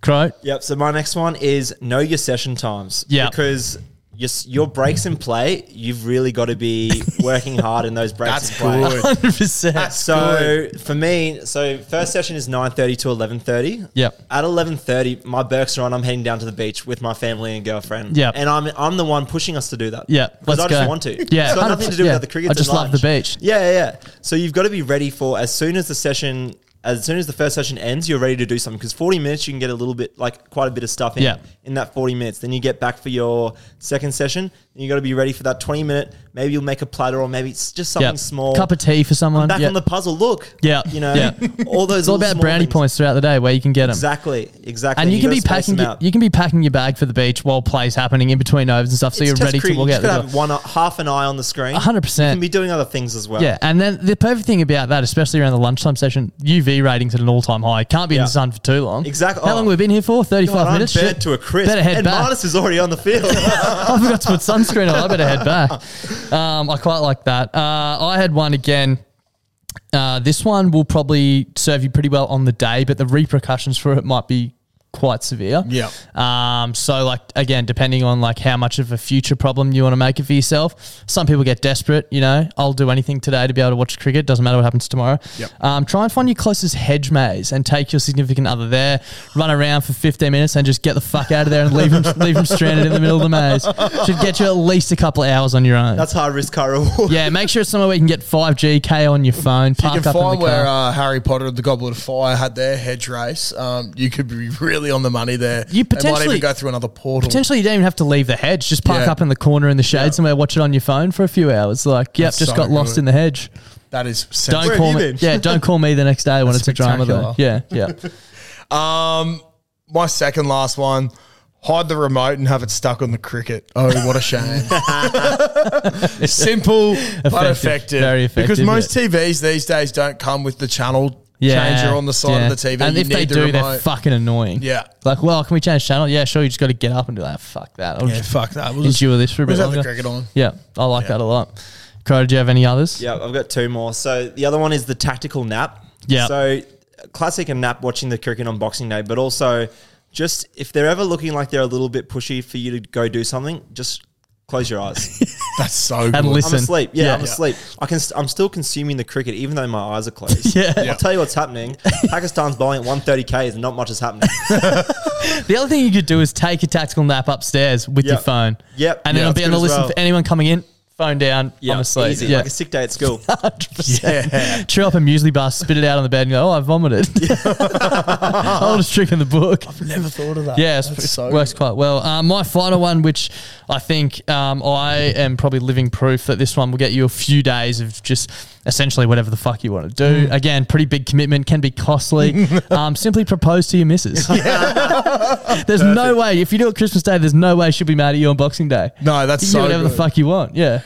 Speaker 1: Croat.
Speaker 4: Yep. So my next one is know your session times.
Speaker 1: Yeah.
Speaker 4: Because your, s- your breaks in play, you've really got to be working hard in those breaks.
Speaker 3: That's
Speaker 4: in play.
Speaker 3: good.
Speaker 1: Hundred percent.
Speaker 3: That's
Speaker 4: So for me, so first session is nine thirty to eleven thirty.
Speaker 1: Yep.
Speaker 4: At eleven thirty, my Berks are on. I'm heading down to the beach with my family and girlfriend.
Speaker 1: Yep.
Speaker 4: And I'm I'm the one pushing us to do that.
Speaker 1: Yeah,
Speaker 4: Because
Speaker 1: let's
Speaker 4: I just
Speaker 1: go.
Speaker 4: want to.
Speaker 1: Yeah,
Speaker 4: It's got nothing to do
Speaker 1: 100%,
Speaker 4: with the cricket.
Speaker 1: I just love the beach.
Speaker 4: Yeah, yeah, yeah. So you've got to be ready for as soon as the session. As soon as the first session ends, you're ready to do something because 40 minutes you can get a little bit, like quite a bit of stuff in
Speaker 1: Yeah.
Speaker 4: in that 40 minutes. Then you get back for your second session, and you got to be ready for that 20 minute. Maybe you'll make a platter, or maybe it's just something
Speaker 1: Yeah.
Speaker 4: small.
Speaker 1: Cup of tea for someone.
Speaker 4: Back
Speaker 1: yeah.
Speaker 4: on the puzzle. Look.
Speaker 1: Yeah,
Speaker 4: You know,
Speaker 1: yeah.
Speaker 4: all those
Speaker 1: it's all
Speaker 4: little
Speaker 1: about
Speaker 4: small
Speaker 1: brownie
Speaker 4: things.
Speaker 1: points throughout the day where you can get them.
Speaker 4: Exactly. Exactly.
Speaker 1: And you, can
Speaker 4: gotta
Speaker 1: be
Speaker 4: space
Speaker 1: packing
Speaker 4: them
Speaker 1: your,
Speaker 4: out.
Speaker 1: you can be packing your bag for the beach while plays happening in between overs and stuff, so
Speaker 4: It's
Speaker 1: you're
Speaker 4: test
Speaker 1: ready
Speaker 4: cricket.
Speaker 1: to walk
Speaker 4: You
Speaker 1: out
Speaker 4: just
Speaker 1: the
Speaker 4: gotta
Speaker 1: door.
Speaker 4: have one half an eye on the screen.
Speaker 1: 100%.
Speaker 4: You can be doing other things as well.
Speaker 1: Yeah, and then the perfect thing about that, especially around the lunchtime session, UV ratings at an all-time high. Can't be in
Speaker 4: Yeah.
Speaker 1: the sun for too long.
Speaker 4: Exactly.
Speaker 1: How
Speaker 4: Oh.
Speaker 1: long we've been here for? Thirty-five
Speaker 4: God, I'm
Speaker 1: minutes.
Speaker 4: burnt
Speaker 1: Shit.
Speaker 4: to a crisp.
Speaker 1: Better head
Speaker 4: and
Speaker 1: back.
Speaker 4: Marnus is already on the field.
Speaker 1: I forgot to put sunscreen on. I better head back. Um, I quite like that. Uh, I had one again. Uh, this one will probably serve you pretty well on the day, but the repercussions for it might be quite severe.
Speaker 3: Yeah.
Speaker 1: Um, so like again, depending on like how much of a future problem you want to make it for yourself. Some people get desperate, you know, I'll do anything today to be able to watch cricket. Doesn't matter what happens tomorrow.
Speaker 3: Yep.
Speaker 1: Um, try and find your closest hedge maze and take your significant other there, run around for 15 minutes and just get the fuck out of there and leave him, leave him stranded in the middle of the maze. Should get you at least a couple of hours on your own.
Speaker 4: That's high risk, high reward.
Speaker 1: yeah, make sure it's somewhere where you can get 5G, K on your phone, park
Speaker 3: You can
Speaker 1: up
Speaker 3: find
Speaker 1: in the car.
Speaker 3: where uh, Harry Potter and the Goblet of Fire had their hedge race. Um, you could be really on the money there.
Speaker 1: You
Speaker 3: they might
Speaker 1: potentially-
Speaker 3: even go through another portal.
Speaker 1: Potentially, you don't even have to leave the hedge. Just park
Speaker 3: Yeah.
Speaker 1: up in the corner in the shade somewhere, watch it on your phone for a few hours. Like, yep,
Speaker 3: That's
Speaker 1: just
Speaker 3: so
Speaker 1: got lost
Speaker 3: good.
Speaker 1: in the hedge.
Speaker 3: That is
Speaker 1: Don't
Speaker 3: sensible.
Speaker 1: call me.
Speaker 4: have you been?
Speaker 1: Yeah, don't call me the next day when
Speaker 3: That's
Speaker 1: it's a drama. Though. Yeah, yeah.
Speaker 3: Um, my second last one. Hide the remote and have it stuck on the cricket. Oh, what a shame! Simple but
Speaker 1: Effective.
Speaker 3: effective.
Speaker 1: Very effective,
Speaker 3: Because most
Speaker 1: yeah.
Speaker 3: TVs these days don't come with the channel
Speaker 1: Yeah,
Speaker 3: changer on the side
Speaker 1: yeah.
Speaker 3: of the TV.
Speaker 1: and
Speaker 3: You
Speaker 1: if they
Speaker 3: need the
Speaker 1: do, they're
Speaker 3: remote.
Speaker 1: fucking annoying.
Speaker 3: Yeah.
Speaker 1: like, well, can we change channel? Yeah, sure. You just got to get up and do that. Fuck that. I'll
Speaker 3: yeah,
Speaker 1: just
Speaker 3: fuck that. We'll just-
Speaker 1: endure this for a
Speaker 3: we'll
Speaker 1: bit
Speaker 3: just have the
Speaker 1: longer.
Speaker 3: cricket on.
Speaker 1: Yeah, I like that a lot. Crow, do you have any others?
Speaker 4: Yeah, I've got two more. So the other one is the tactical nap.
Speaker 1: Yeah.
Speaker 4: So classic and nap watching the cricket on Boxing Day, but also just if they're ever looking like they're a little bit pushy for you to go do something, just close your eyes.
Speaker 3: That's so good.
Speaker 1: And listen.
Speaker 4: I'm asleep. Yeah,
Speaker 1: Yeah.
Speaker 4: I'm asleep. I can. St- I'm still consuming the cricket, even though my eyes are closed.
Speaker 1: Yeah.
Speaker 4: I'll tell you what's happening. Pakistan's bowling at 130k's, and not much is happening.
Speaker 1: The other thing you could do is take a tactical nap upstairs with
Speaker 4: Yep.
Speaker 1: your phone.
Speaker 4: Yep.
Speaker 1: And then
Speaker 4: Yeah,
Speaker 1: I'll
Speaker 4: that's
Speaker 1: be on
Speaker 4: good
Speaker 1: the
Speaker 4: as
Speaker 1: listen
Speaker 4: well.
Speaker 1: for anyone coming in. Phone down. I'm asleep.
Speaker 4: easy,
Speaker 1: Yeah.
Speaker 4: like a sick day at school.
Speaker 1: 100%. Chew up a muesli bar, spit it out on the bed, and go, "Oh, I vomited." I was drinking the book. I've
Speaker 3: Never thought of that.
Speaker 1: Yeah, it's,
Speaker 3: That's
Speaker 1: it
Speaker 3: so
Speaker 1: works
Speaker 3: good.
Speaker 1: quite well. Um, my final one, which I think um, I am probably living proof that this one will get you a few days of just essentially whatever the fuck you want to
Speaker 3: Mm.
Speaker 1: do. Again, pretty big commitment, can be costly. um, simply propose to your missus. there's no way, if you do it Christmas Day, there's no way she'll be mad at you on Boxing Day.
Speaker 3: No, that's
Speaker 1: you can
Speaker 3: so
Speaker 1: do whatever the
Speaker 3: good.
Speaker 1: fuck you want. Yeah.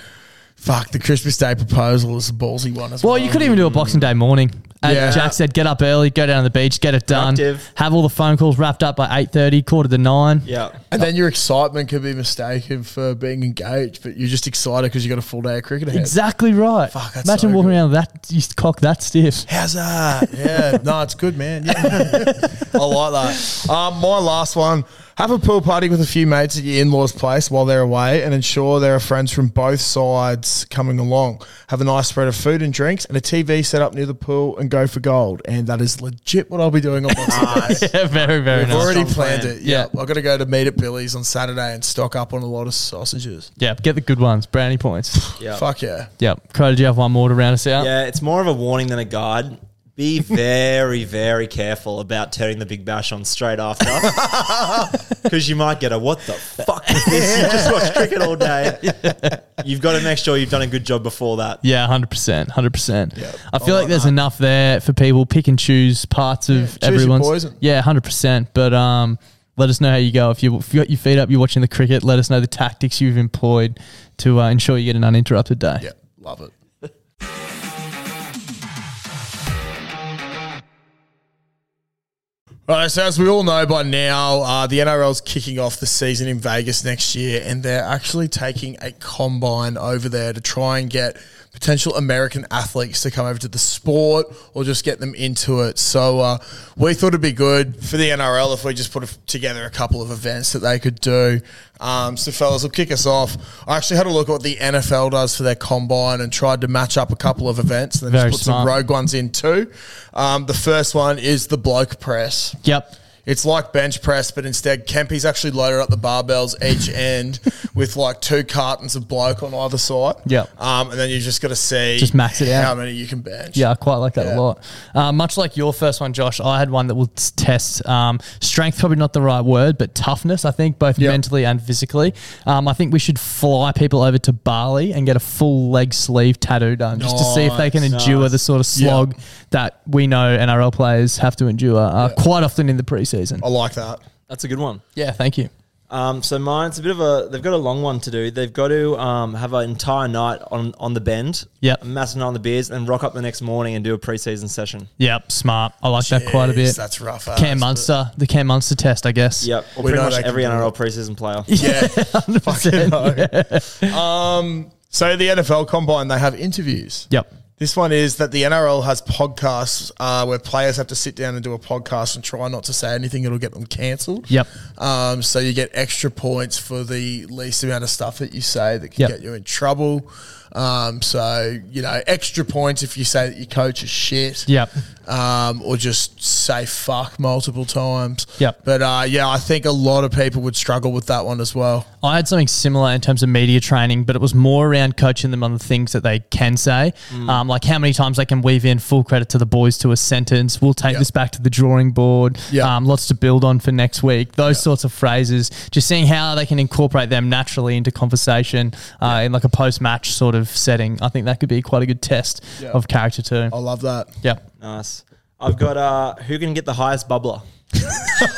Speaker 3: Fuck the Christmas Day proposal is a ballsy one as well.
Speaker 1: Well, you could even do a Boxing Day morning. And
Speaker 3: Yeah.
Speaker 1: Jack said, get up early, go down to the beach, get it done,
Speaker 4: Productive.
Speaker 1: have all the phone calls wrapped up by eight thirty, quarter to nine.
Speaker 4: yeah.
Speaker 3: And then your excitement could be mistaken for being engaged, but you're just excited because you got a full day of cricket ahead.
Speaker 1: Exactly right.
Speaker 3: Fuck, that's
Speaker 1: Imagine
Speaker 3: so
Speaker 1: walking
Speaker 3: good.
Speaker 1: around with that you cock that stiff.
Speaker 3: How's that? Yeah, no, it's good, man. Yeah, I like that. Um, my last one: have a pool party with a few mates at your in-laws' place while they're away, and ensure there are friends from both sides coming along. Have a nice spread of food and drinks, and a TV set up near the pool, and go for gold. And that is legit what I'll be doing on
Speaker 4: Ah,
Speaker 3: Boxing Day.
Speaker 1: Yeah, very very
Speaker 3: I've
Speaker 1: nice.
Speaker 3: already
Speaker 4: Strong
Speaker 3: planned
Speaker 4: plan.
Speaker 3: it. Yeah,
Speaker 1: Yeah.
Speaker 3: I've got to go to meet at Billy's on Saturday and stock up on a lot of sausages.
Speaker 1: Yeah, get the good ones, brownie points.
Speaker 4: Yeah.
Speaker 3: Fuck yeah.
Speaker 1: Yep. Crow, do you have one more to round us out?
Speaker 4: Yeah, it's more of a warning than a guide. Be very, very careful about turning the big bash on straight after, because you might get a what the fuck is this? You just watched cricket all day. You've got to make sure you've done a good job before that.
Speaker 1: Yeah, hundred percent, hundred percent.
Speaker 3: Yep.
Speaker 1: I feel
Speaker 3: I
Speaker 1: like
Speaker 3: like
Speaker 1: there's
Speaker 3: that.
Speaker 1: enough there for people pick and choose parts of
Speaker 3: your
Speaker 1: everyone's.
Speaker 3: poison.
Speaker 1: Yeah, hundred percent. But um, let us know how you go. If you if you got your feet up, you're watching the cricket. Let us know the tactics you've employed to uh, ensure you get an uninterrupted day.
Speaker 3: Yeah, love it. All right, so as we all know by now, uh, the NRL's kicking off the season in Vegas next year, and they're actually taking a combine over there to try and get potential American athletes to come over to the sport or just get them into it. So uh, we thought it'd be good for the NRL if we just put together a couple of events that they could do. Um, so, fellas, will kick us off. I actually had a look at what the NFL does for their combine and tried to match up a couple of events and then
Speaker 1: Very
Speaker 3: just put some
Speaker 1: smart.
Speaker 3: rogue ones in too. Um, the first one is the bloke press.
Speaker 1: Yep.
Speaker 3: It's like bench press, but instead Kempy's actually loaded up the barbells each end with like two cartons of bloke on either side.
Speaker 1: Yep.
Speaker 3: Um, and then you just got to see
Speaker 1: Just max it out.
Speaker 3: how many you can bench.
Speaker 1: Yeah, I quite like that
Speaker 3: Yeah.
Speaker 1: a lot. Uh, much like your first one, Josh, I had one that will t- test um, strength, probably not the right word, but toughness, I think, both
Speaker 3: Yep.
Speaker 1: mentally and physically. Um, I think we should fly people over to Bali and get a full leg sleeve tattoo done just to see if they can endure the sort of slog that we know NRL players have to endure uh, quite often in the preseason.
Speaker 3: I like that.
Speaker 4: That's a good one.
Speaker 1: Yeah, thank you.
Speaker 4: Um, so mine's a bit of a. They've got a long one to do. They've got to um, have an entire night on on the bend.
Speaker 1: Yep.
Speaker 4: a massive night on the beers, and rock up the next morning and do a preseason session.
Speaker 1: Yep, smart. I like that quite a
Speaker 3: Jeez,
Speaker 1: bit.
Speaker 3: That's rough.
Speaker 1: Cam
Speaker 3: ass,
Speaker 1: Munster, the Cam Munster test, I guess.
Speaker 4: Yep, or
Speaker 3: We
Speaker 4: pretty
Speaker 3: know
Speaker 4: much
Speaker 3: they can
Speaker 4: every
Speaker 3: do
Speaker 4: NRL preseason player.
Speaker 3: but- Yeah. Fucking no. Um, so the NFL combine, they have interviews.
Speaker 1: Yep.
Speaker 3: This one is that the NRL has podcasts uh, where players have to sit down and do a podcast and try not to say anything; it'll get them cancelled.
Speaker 1: Yep.
Speaker 3: Um, so you get extra points for the least amount of stuff that you say that can
Speaker 1: Yep.
Speaker 3: get you in trouble. Um, so you know, extra points if you say that your coach is shit.
Speaker 1: Yep.
Speaker 3: Um, or just say fuck multiple times.
Speaker 1: Yep.
Speaker 3: But uh, yeah, I think a lot of people would struggle with that one as well.
Speaker 1: I had something similar in terms of media training, but it was more around coaching them on the things that they can say,
Speaker 3: Mm.
Speaker 1: um, like how many times they can weave in full credit to the boys to a sentence. We'll take
Speaker 3: Yeah.
Speaker 1: this back to the drawing board.
Speaker 3: Yeah.
Speaker 1: Um, lots to build on for next week. Those sorts of phrases, just seeing how they can incorporate them naturally into conversation uh, in like a post-match sort of setting. I think that could be quite a good test of character too.
Speaker 3: I love that.
Speaker 1: Yeah.
Speaker 4: Nice. I've got uh, who can get the highest bubbler?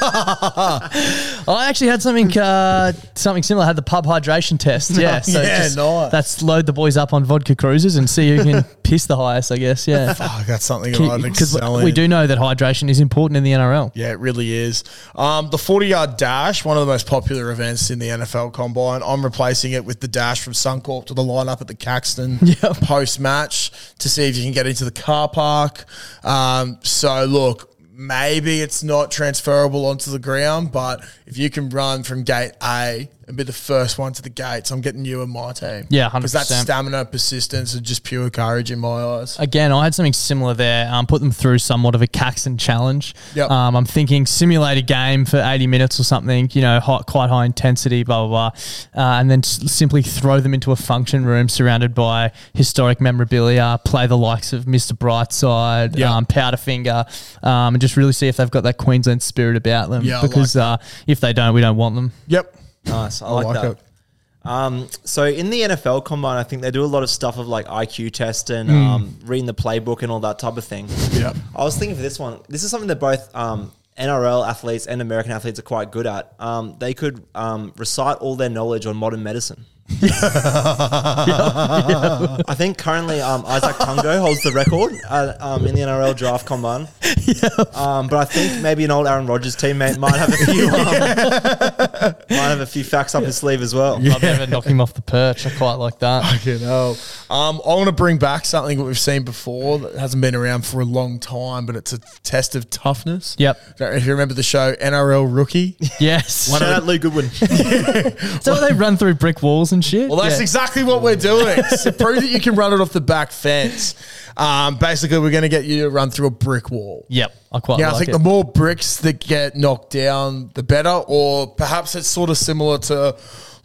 Speaker 1: I actually had something uh, something similar. I had the pub hydration test. Yeah, so
Speaker 3: Yeah,
Speaker 1: just-
Speaker 3: nice.
Speaker 1: That's load the boys up on vodka cruises and see who can piss the highest. I guess. Yeah,
Speaker 3: Oh, that's something that I'd
Speaker 1: because
Speaker 3: excel
Speaker 1: we
Speaker 3: in.
Speaker 1: do know that hydration is important in the NRL.
Speaker 3: Yeah, it really is. Um, the 40 yard dash, one of the most popular events in the NFL combine. I'm replacing it with the dash from Suncorp to the lineup at the Caxton post match to see if you can get into the car park. Um, so, look, maybe it's not transferable onto the ground, but if you can run from gate A and be the first one to the gates, I'm getting you and my team.
Speaker 1: Yeah,
Speaker 3: Because that's
Speaker 1: 100%.
Speaker 3: stamina, persistence, and just pure courage in my eyes.
Speaker 1: Again, I had something similar there. Um, put them through somewhat of a Caxton challenge.
Speaker 3: Yep.
Speaker 1: Um, I'm thinking simulate a game for 80 minutes or something. You know, hot, quite high intensity, blah blah blah, uh, and then s- simply throw them into a function room surrounded by historic memorabilia. Play the likes of Mr. Brightside,
Speaker 3: Yeah.
Speaker 1: um, Powderfinger, um, and just really see if they've got that Queensland spirit about them.
Speaker 3: Yeah, I like
Speaker 1: because uh, if they don't, we don't want them.
Speaker 3: Yep.
Speaker 4: Nice. I, like,
Speaker 3: like
Speaker 4: that.
Speaker 3: it.
Speaker 4: Um, so in the NFL combine, I think they do a lot of stuff of like IQ testing, um, reading the playbook, and all that type of thing.
Speaker 3: Yep.
Speaker 4: I was thinking for this one. This is something that both um, NRL athletes and American athletes are quite good at. Um, they could um, recite all their knowledge on modern medicine. I think currently um, Isaac Tungo holds the record uh, um, in the NRL draft combine. Um, but I think maybe an old Aaron Rodgers teammate might have a few, um, might have a few facts up his sleeve as well.
Speaker 1: I've never knocked him off the perch. I quite like that.
Speaker 3: You know, um, I want to bring back something that we've seen before that hasn't been around for a long time, but it's a test of toughness.
Speaker 1: Yep.
Speaker 3: Don't know If you remember the show NRL Rookie,
Speaker 1: Yes.
Speaker 4: Shout out Lou Goodwin.
Speaker 1: So they run through brick walls and shit.
Speaker 3: well, that's
Speaker 1: Yeah.
Speaker 3: exactly what we're doing. to prove that you can run it off the back fence. Um, basically, we're going to get you to run through a brick wall.
Speaker 1: Yep, I quite
Speaker 3: Yeah,
Speaker 1: like
Speaker 3: I think
Speaker 1: it.
Speaker 3: the more bricks that get knocked down, the better. Or perhaps it's sort of similar to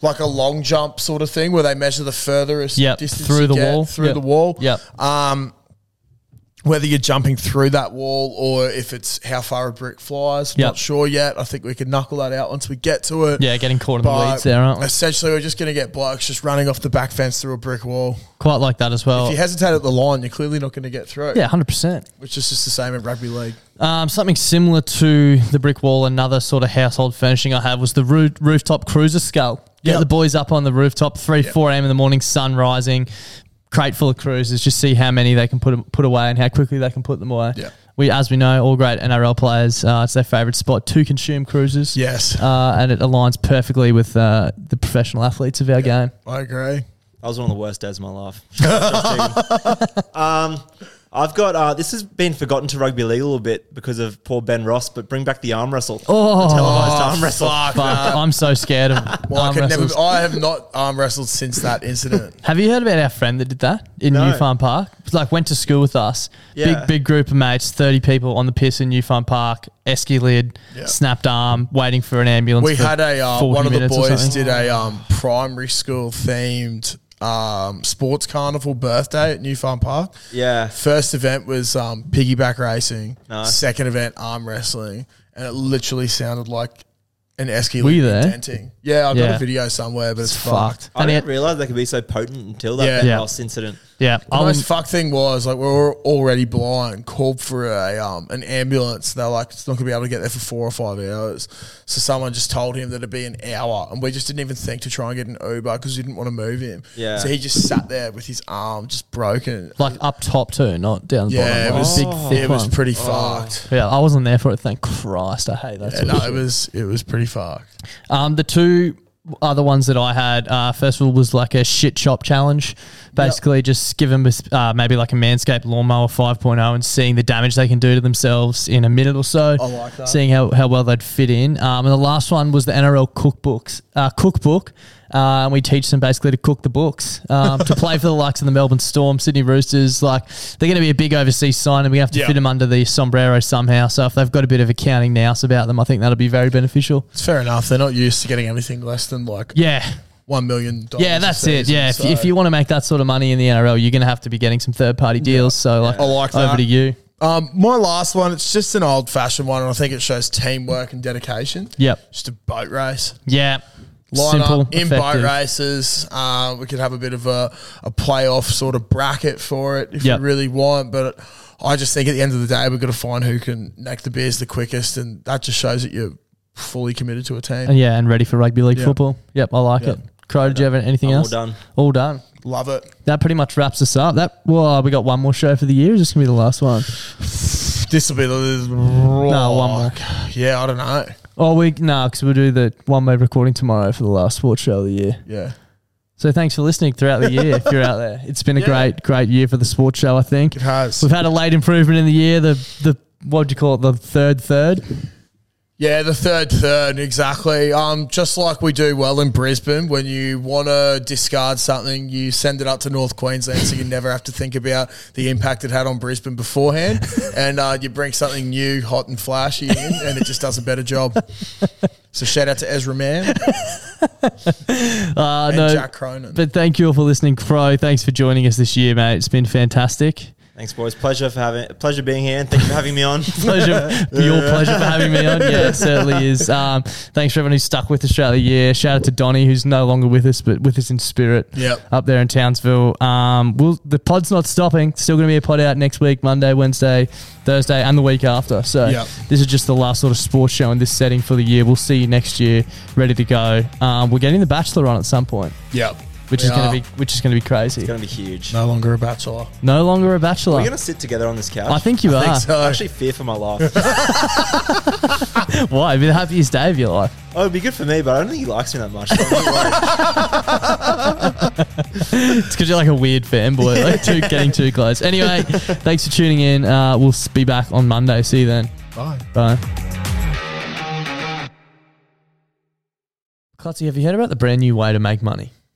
Speaker 3: like a long jump sort of thing where they measure the furthest
Speaker 1: Yep,
Speaker 3: distance
Speaker 1: through
Speaker 3: you
Speaker 1: the
Speaker 3: get
Speaker 1: wall.
Speaker 3: Through
Speaker 1: Yep.
Speaker 3: the wall.
Speaker 1: Yep.
Speaker 3: Um, whether you're jumping through that wall or if it's how far a brick flies,
Speaker 1: Yep.
Speaker 3: not sure yet. I think we can knuckle that out once we get to it.
Speaker 1: Yeah, getting caught in the
Speaker 3: But
Speaker 1: weeds there, aren't we?
Speaker 3: Essentially, we're just going to get blokes just running off the back fence through a brick wall.
Speaker 1: quite like that as well.
Speaker 3: If you hesitate at the line, you're clearly not going to get through.
Speaker 1: yeah, hundred percent.
Speaker 3: Which is just the same in rugby league.
Speaker 1: Um, something similar to the brick wall, another sort of household furnishing I have was the roo- rooftop cruiser skull. Get
Speaker 3: Yep.
Speaker 1: the boys up on the rooftop, three, four a.m. in the morning, sun rising, crate full of cruisers. Just see how many they can put put away and how quickly they can put them away.
Speaker 3: Yep.
Speaker 1: we, as we know, all great NRL players, uh, it's their favourite spot to consume cruises.
Speaker 3: Yes.
Speaker 1: Uh, and it aligns perfectly with uh, the professional athletes of our game.
Speaker 3: I agree.
Speaker 4: That was one of the worst days of my life. um, I've got uh, this has been forgotten to rugby league a little bit because of poor Ben Ross, but bring back the arm wrestle.
Speaker 1: Oh,
Speaker 4: the televised arm wrestle.
Speaker 1: Fuck, I'm so scared of
Speaker 3: Well, I
Speaker 1: arm
Speaker 3: could
Speaker 1: wrestles.
Speaker 3: never. I have not arm wrestled since that incident.
Speaker 1: Have you heard about our friend that did that in
Speaker 4: No.
Speaker 1: New Farm Park? Like went to school with us.
Speaker 4: Yeah.
Speaker 1: Big big group of mates, thirty people on the piss in New Farm Park. Esky lid, snapped arm, waiting for an ambulance.
Speaker 3: We
Speaker 1: for
Speaker 3: had a uh,
Speaker 1: 40
Speaker 3: one of the
Speaker 1: minutes or
Speaker 3: boys
Speaker 1: something.
Speaker 3: did a um, primary school themed um, sports carnival birthday at New Farm Park.
Speaker 4: Yeah.
Speaker 3: First event was um, piggyback racing.
Speaker 4: Nice.
Speaker 3: Second event arm wrestling, and it literally sounded like an esky
Speaker 1: Were you
Speaker 3: lid
Speaker 1: there?
Speaker 3: indenting. Yeah, I've got
Speaker 1: Yeah.
Speaker 3: a video somewhere, but it's, fucked.
Speaker 1: fucked.
Speaker 4: I
Speaker 1: And he
Speaker 4: didn't
Speaker 1: had,
Speaker 4: realize they could be so potent until that
Speaker 3: Yeah.
Speaker 4: Ben
Speaker 1: Yeah.
Speaker 4: Ross incident.
Speaker 1: yeah,
Speaker 3: The
Speaker 1: I'll-
Speaker 3: most fuck thing was like we were already blind. Called for a um, an ambulance. They're like it's not gonna be able to get there for four or five hours. So someone just told him that it'd be an hour, and we just didn't even think to try and get an Uber because we didn't want to move him.
Speaker 4: Yeah.
Speaker 3: So he just sat there with his arm just broken.
Speaker 1: like up top too, not down the
Speaker 3: yeah, it
Speaker 1: bottom. Like,
Speaker 3: was
Speaker 1: big, thick
Speaker 3: It was
Speaker 1: one.
Speaker 3: pretty
Speaker 4: Oh.
Speaker 3: fucked.
Speaker 1: Yeah, I wasn't there for it. Thank Christ. I hate that.
Speaker 3: Yeah,
Speaker 1: sort of
Speaker 3: no,
Speaker 1: shit.
Speaker 3: it was it was pretty fucked.
Speaker 1: Um, the two other ones that I had, uh, first of all, was like a shit shop challenge. Basically, just give them uh, maybe like a Manscaped lawnmower 5.0 and seeing the damage they can do to themselves in a minute or so. I
Speaker 3: like that.
Speaker 1: Seeing how, how well they'd fit in. Um, and the last one was the NRL cookbooks, uh, cookbook. Uh, and we teach them basically to cook the books um, to play for the likes of the Melbourne Storm, Sydney Roosters. Like they're going to be a big overseas sign, and we have to
Speaker 3: Yeah.
Speaker 1: fit them under the sombrero somehow. So if they've got a bit of accounting nous about them, I think that'll be very beneficial.
Speaker 3: It's fair enough. They're not used to getting anything less than like
Speaker 1: Yeah,
Speaker 3: one million dollars.
Speaker 1: yeah,
Speaker 3: a
Speaker 1: that's it.
Speaker 3: season,
Speaker 1: Yeah,
Speaker 3: so-
Speaker 1: if, if you want to make that sort of money in the NRL, you're going to have to be getting some third party deals. So like,
Speaker 3: I like
Speaker 1: over
Speaker 3: that.
Speaker 1: to you.
Speaker 3: Um, my last one, it's just an old fashioned one, and I think it shows teamwork and dedication.
Speaker 1: Yep.
Speaker 3: Just a boat race.
Speaker 1: Yeah.
Speaker 3: Line
Speaker 1: Simple.
Speaker 3: up in boat
Speaker 1: effective.
Speaker 3: races. Uh, we could have a bit of a, a playoff sort of bracket for it if
Speaker 1: Yep.
Speaker 3: we really want, but I just think at the end of the day, we've got to find who can neck the beers the quickest, and that just shows that you're fully committed to a team.
Speaker 1: And yeah, and ready for rugby league
Speaker 3: Yeah.
Speaker 1: football. Yep, I like it. Crow, did you have anything
Speaker 4: I'm all
Speaker 1: else?
Speaker 4: done.
Speaker 1: All done.
Speaker 3: Love it.
Speaker 1: That pretty much wraps us up. That well, we got one more show for the year. Is this gonna be the last one?
Speaker 3: This will be the.
Speaker 1: No, one more.
Speaker 3: Yeah, I don't know.
Speaker 1: Oh, we no, because we'll do the one more recording tomorrow for the last sports show of the year.
Speaker 3: Yeah.
Speaker 1: So thanks for listening throughout the year. if you're out there, it's been a great, great year for the sports show. I think
Speaker 3: It has.
Speaker 1: We've had a late improvement in the year. The the what do you call it? The third third.
Speaker 3: Yeah, the third third, exactly. Um, just like we do well in Brisbane, when you want to discard something, you send it up to North Queensland so you never have to think about the impact it had on Brisbane beforehand. and uh, you bring something new, hot and flashy in, and it just does a better job. So shout out to Ezra Mann
Speaker 1: Uh,
Speaker 3: and
Speaker 1: no,
Speaker 3: Jack Cronin.
Speaker 1: but thank you all for listening, Crow. Thanks for joining us this year, mate. It's been fantastic.
Speaker 4: Thanks, boys. Pleasure for having pleasure being here. And thank you for having me on.
Speaker 1: Pleasure, your pleasure for having me on. Yeah, it certainly is. Um, thanks for everyone who's stuck with us throughout the year. Shout out to Donnie, who's no longer with us, but with us in spirit.
Speaker 3: Yep.
Speaker 1: up there in Townsville. Um, we'll, the pod's not stopping. Still going to be a pod out next week, Monday, Wednesday, Thursday, and the week after. So
Speaker 3: Yep.
Speaker 1: this is just the last sort of sports show in this setting for the year. We'll see you next year, ready to go. Um, we're getting the Bachelor on at some point.
Speaker 3: yep.
Speaker 1: which
Speaker 3: We
Speaker 1: is going
Speaker 3: are
Speaker 1: to be which is going to be crazy.
Speaker 4: It's gonna be huge.
Speaker 3: no longer a bachelor.
Speaker 1: No longer a bachelor.
Speaker 4: We're gonna sit together on this couch.
Speaker 1: I think uh, you
Speaker 3: I
Speaker 1: are.
Speaker 3: think so.
Speaker 4: I actually fear for my life.
Speaker 1: Why? It'd be the happiest day of your life.
Speaker 4: oh, it'd be good for me, but I don't think he likes me that much. So I'm really worried.
Speaker 1: It's because you're like a weird fanboy, like too, getting too close. Anyway, thanks for tuning in. Uh, we'll s- be back on Monday. See you then.
Speaker 3: Bye.
Speaker 1: Bye. Clutzy, have you heard about the brand new way to make money?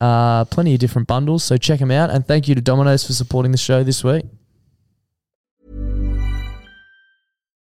Speaker 1: Uh, plenty of different bundles, so check them out. And thank you to Domino's for supporting the show this week.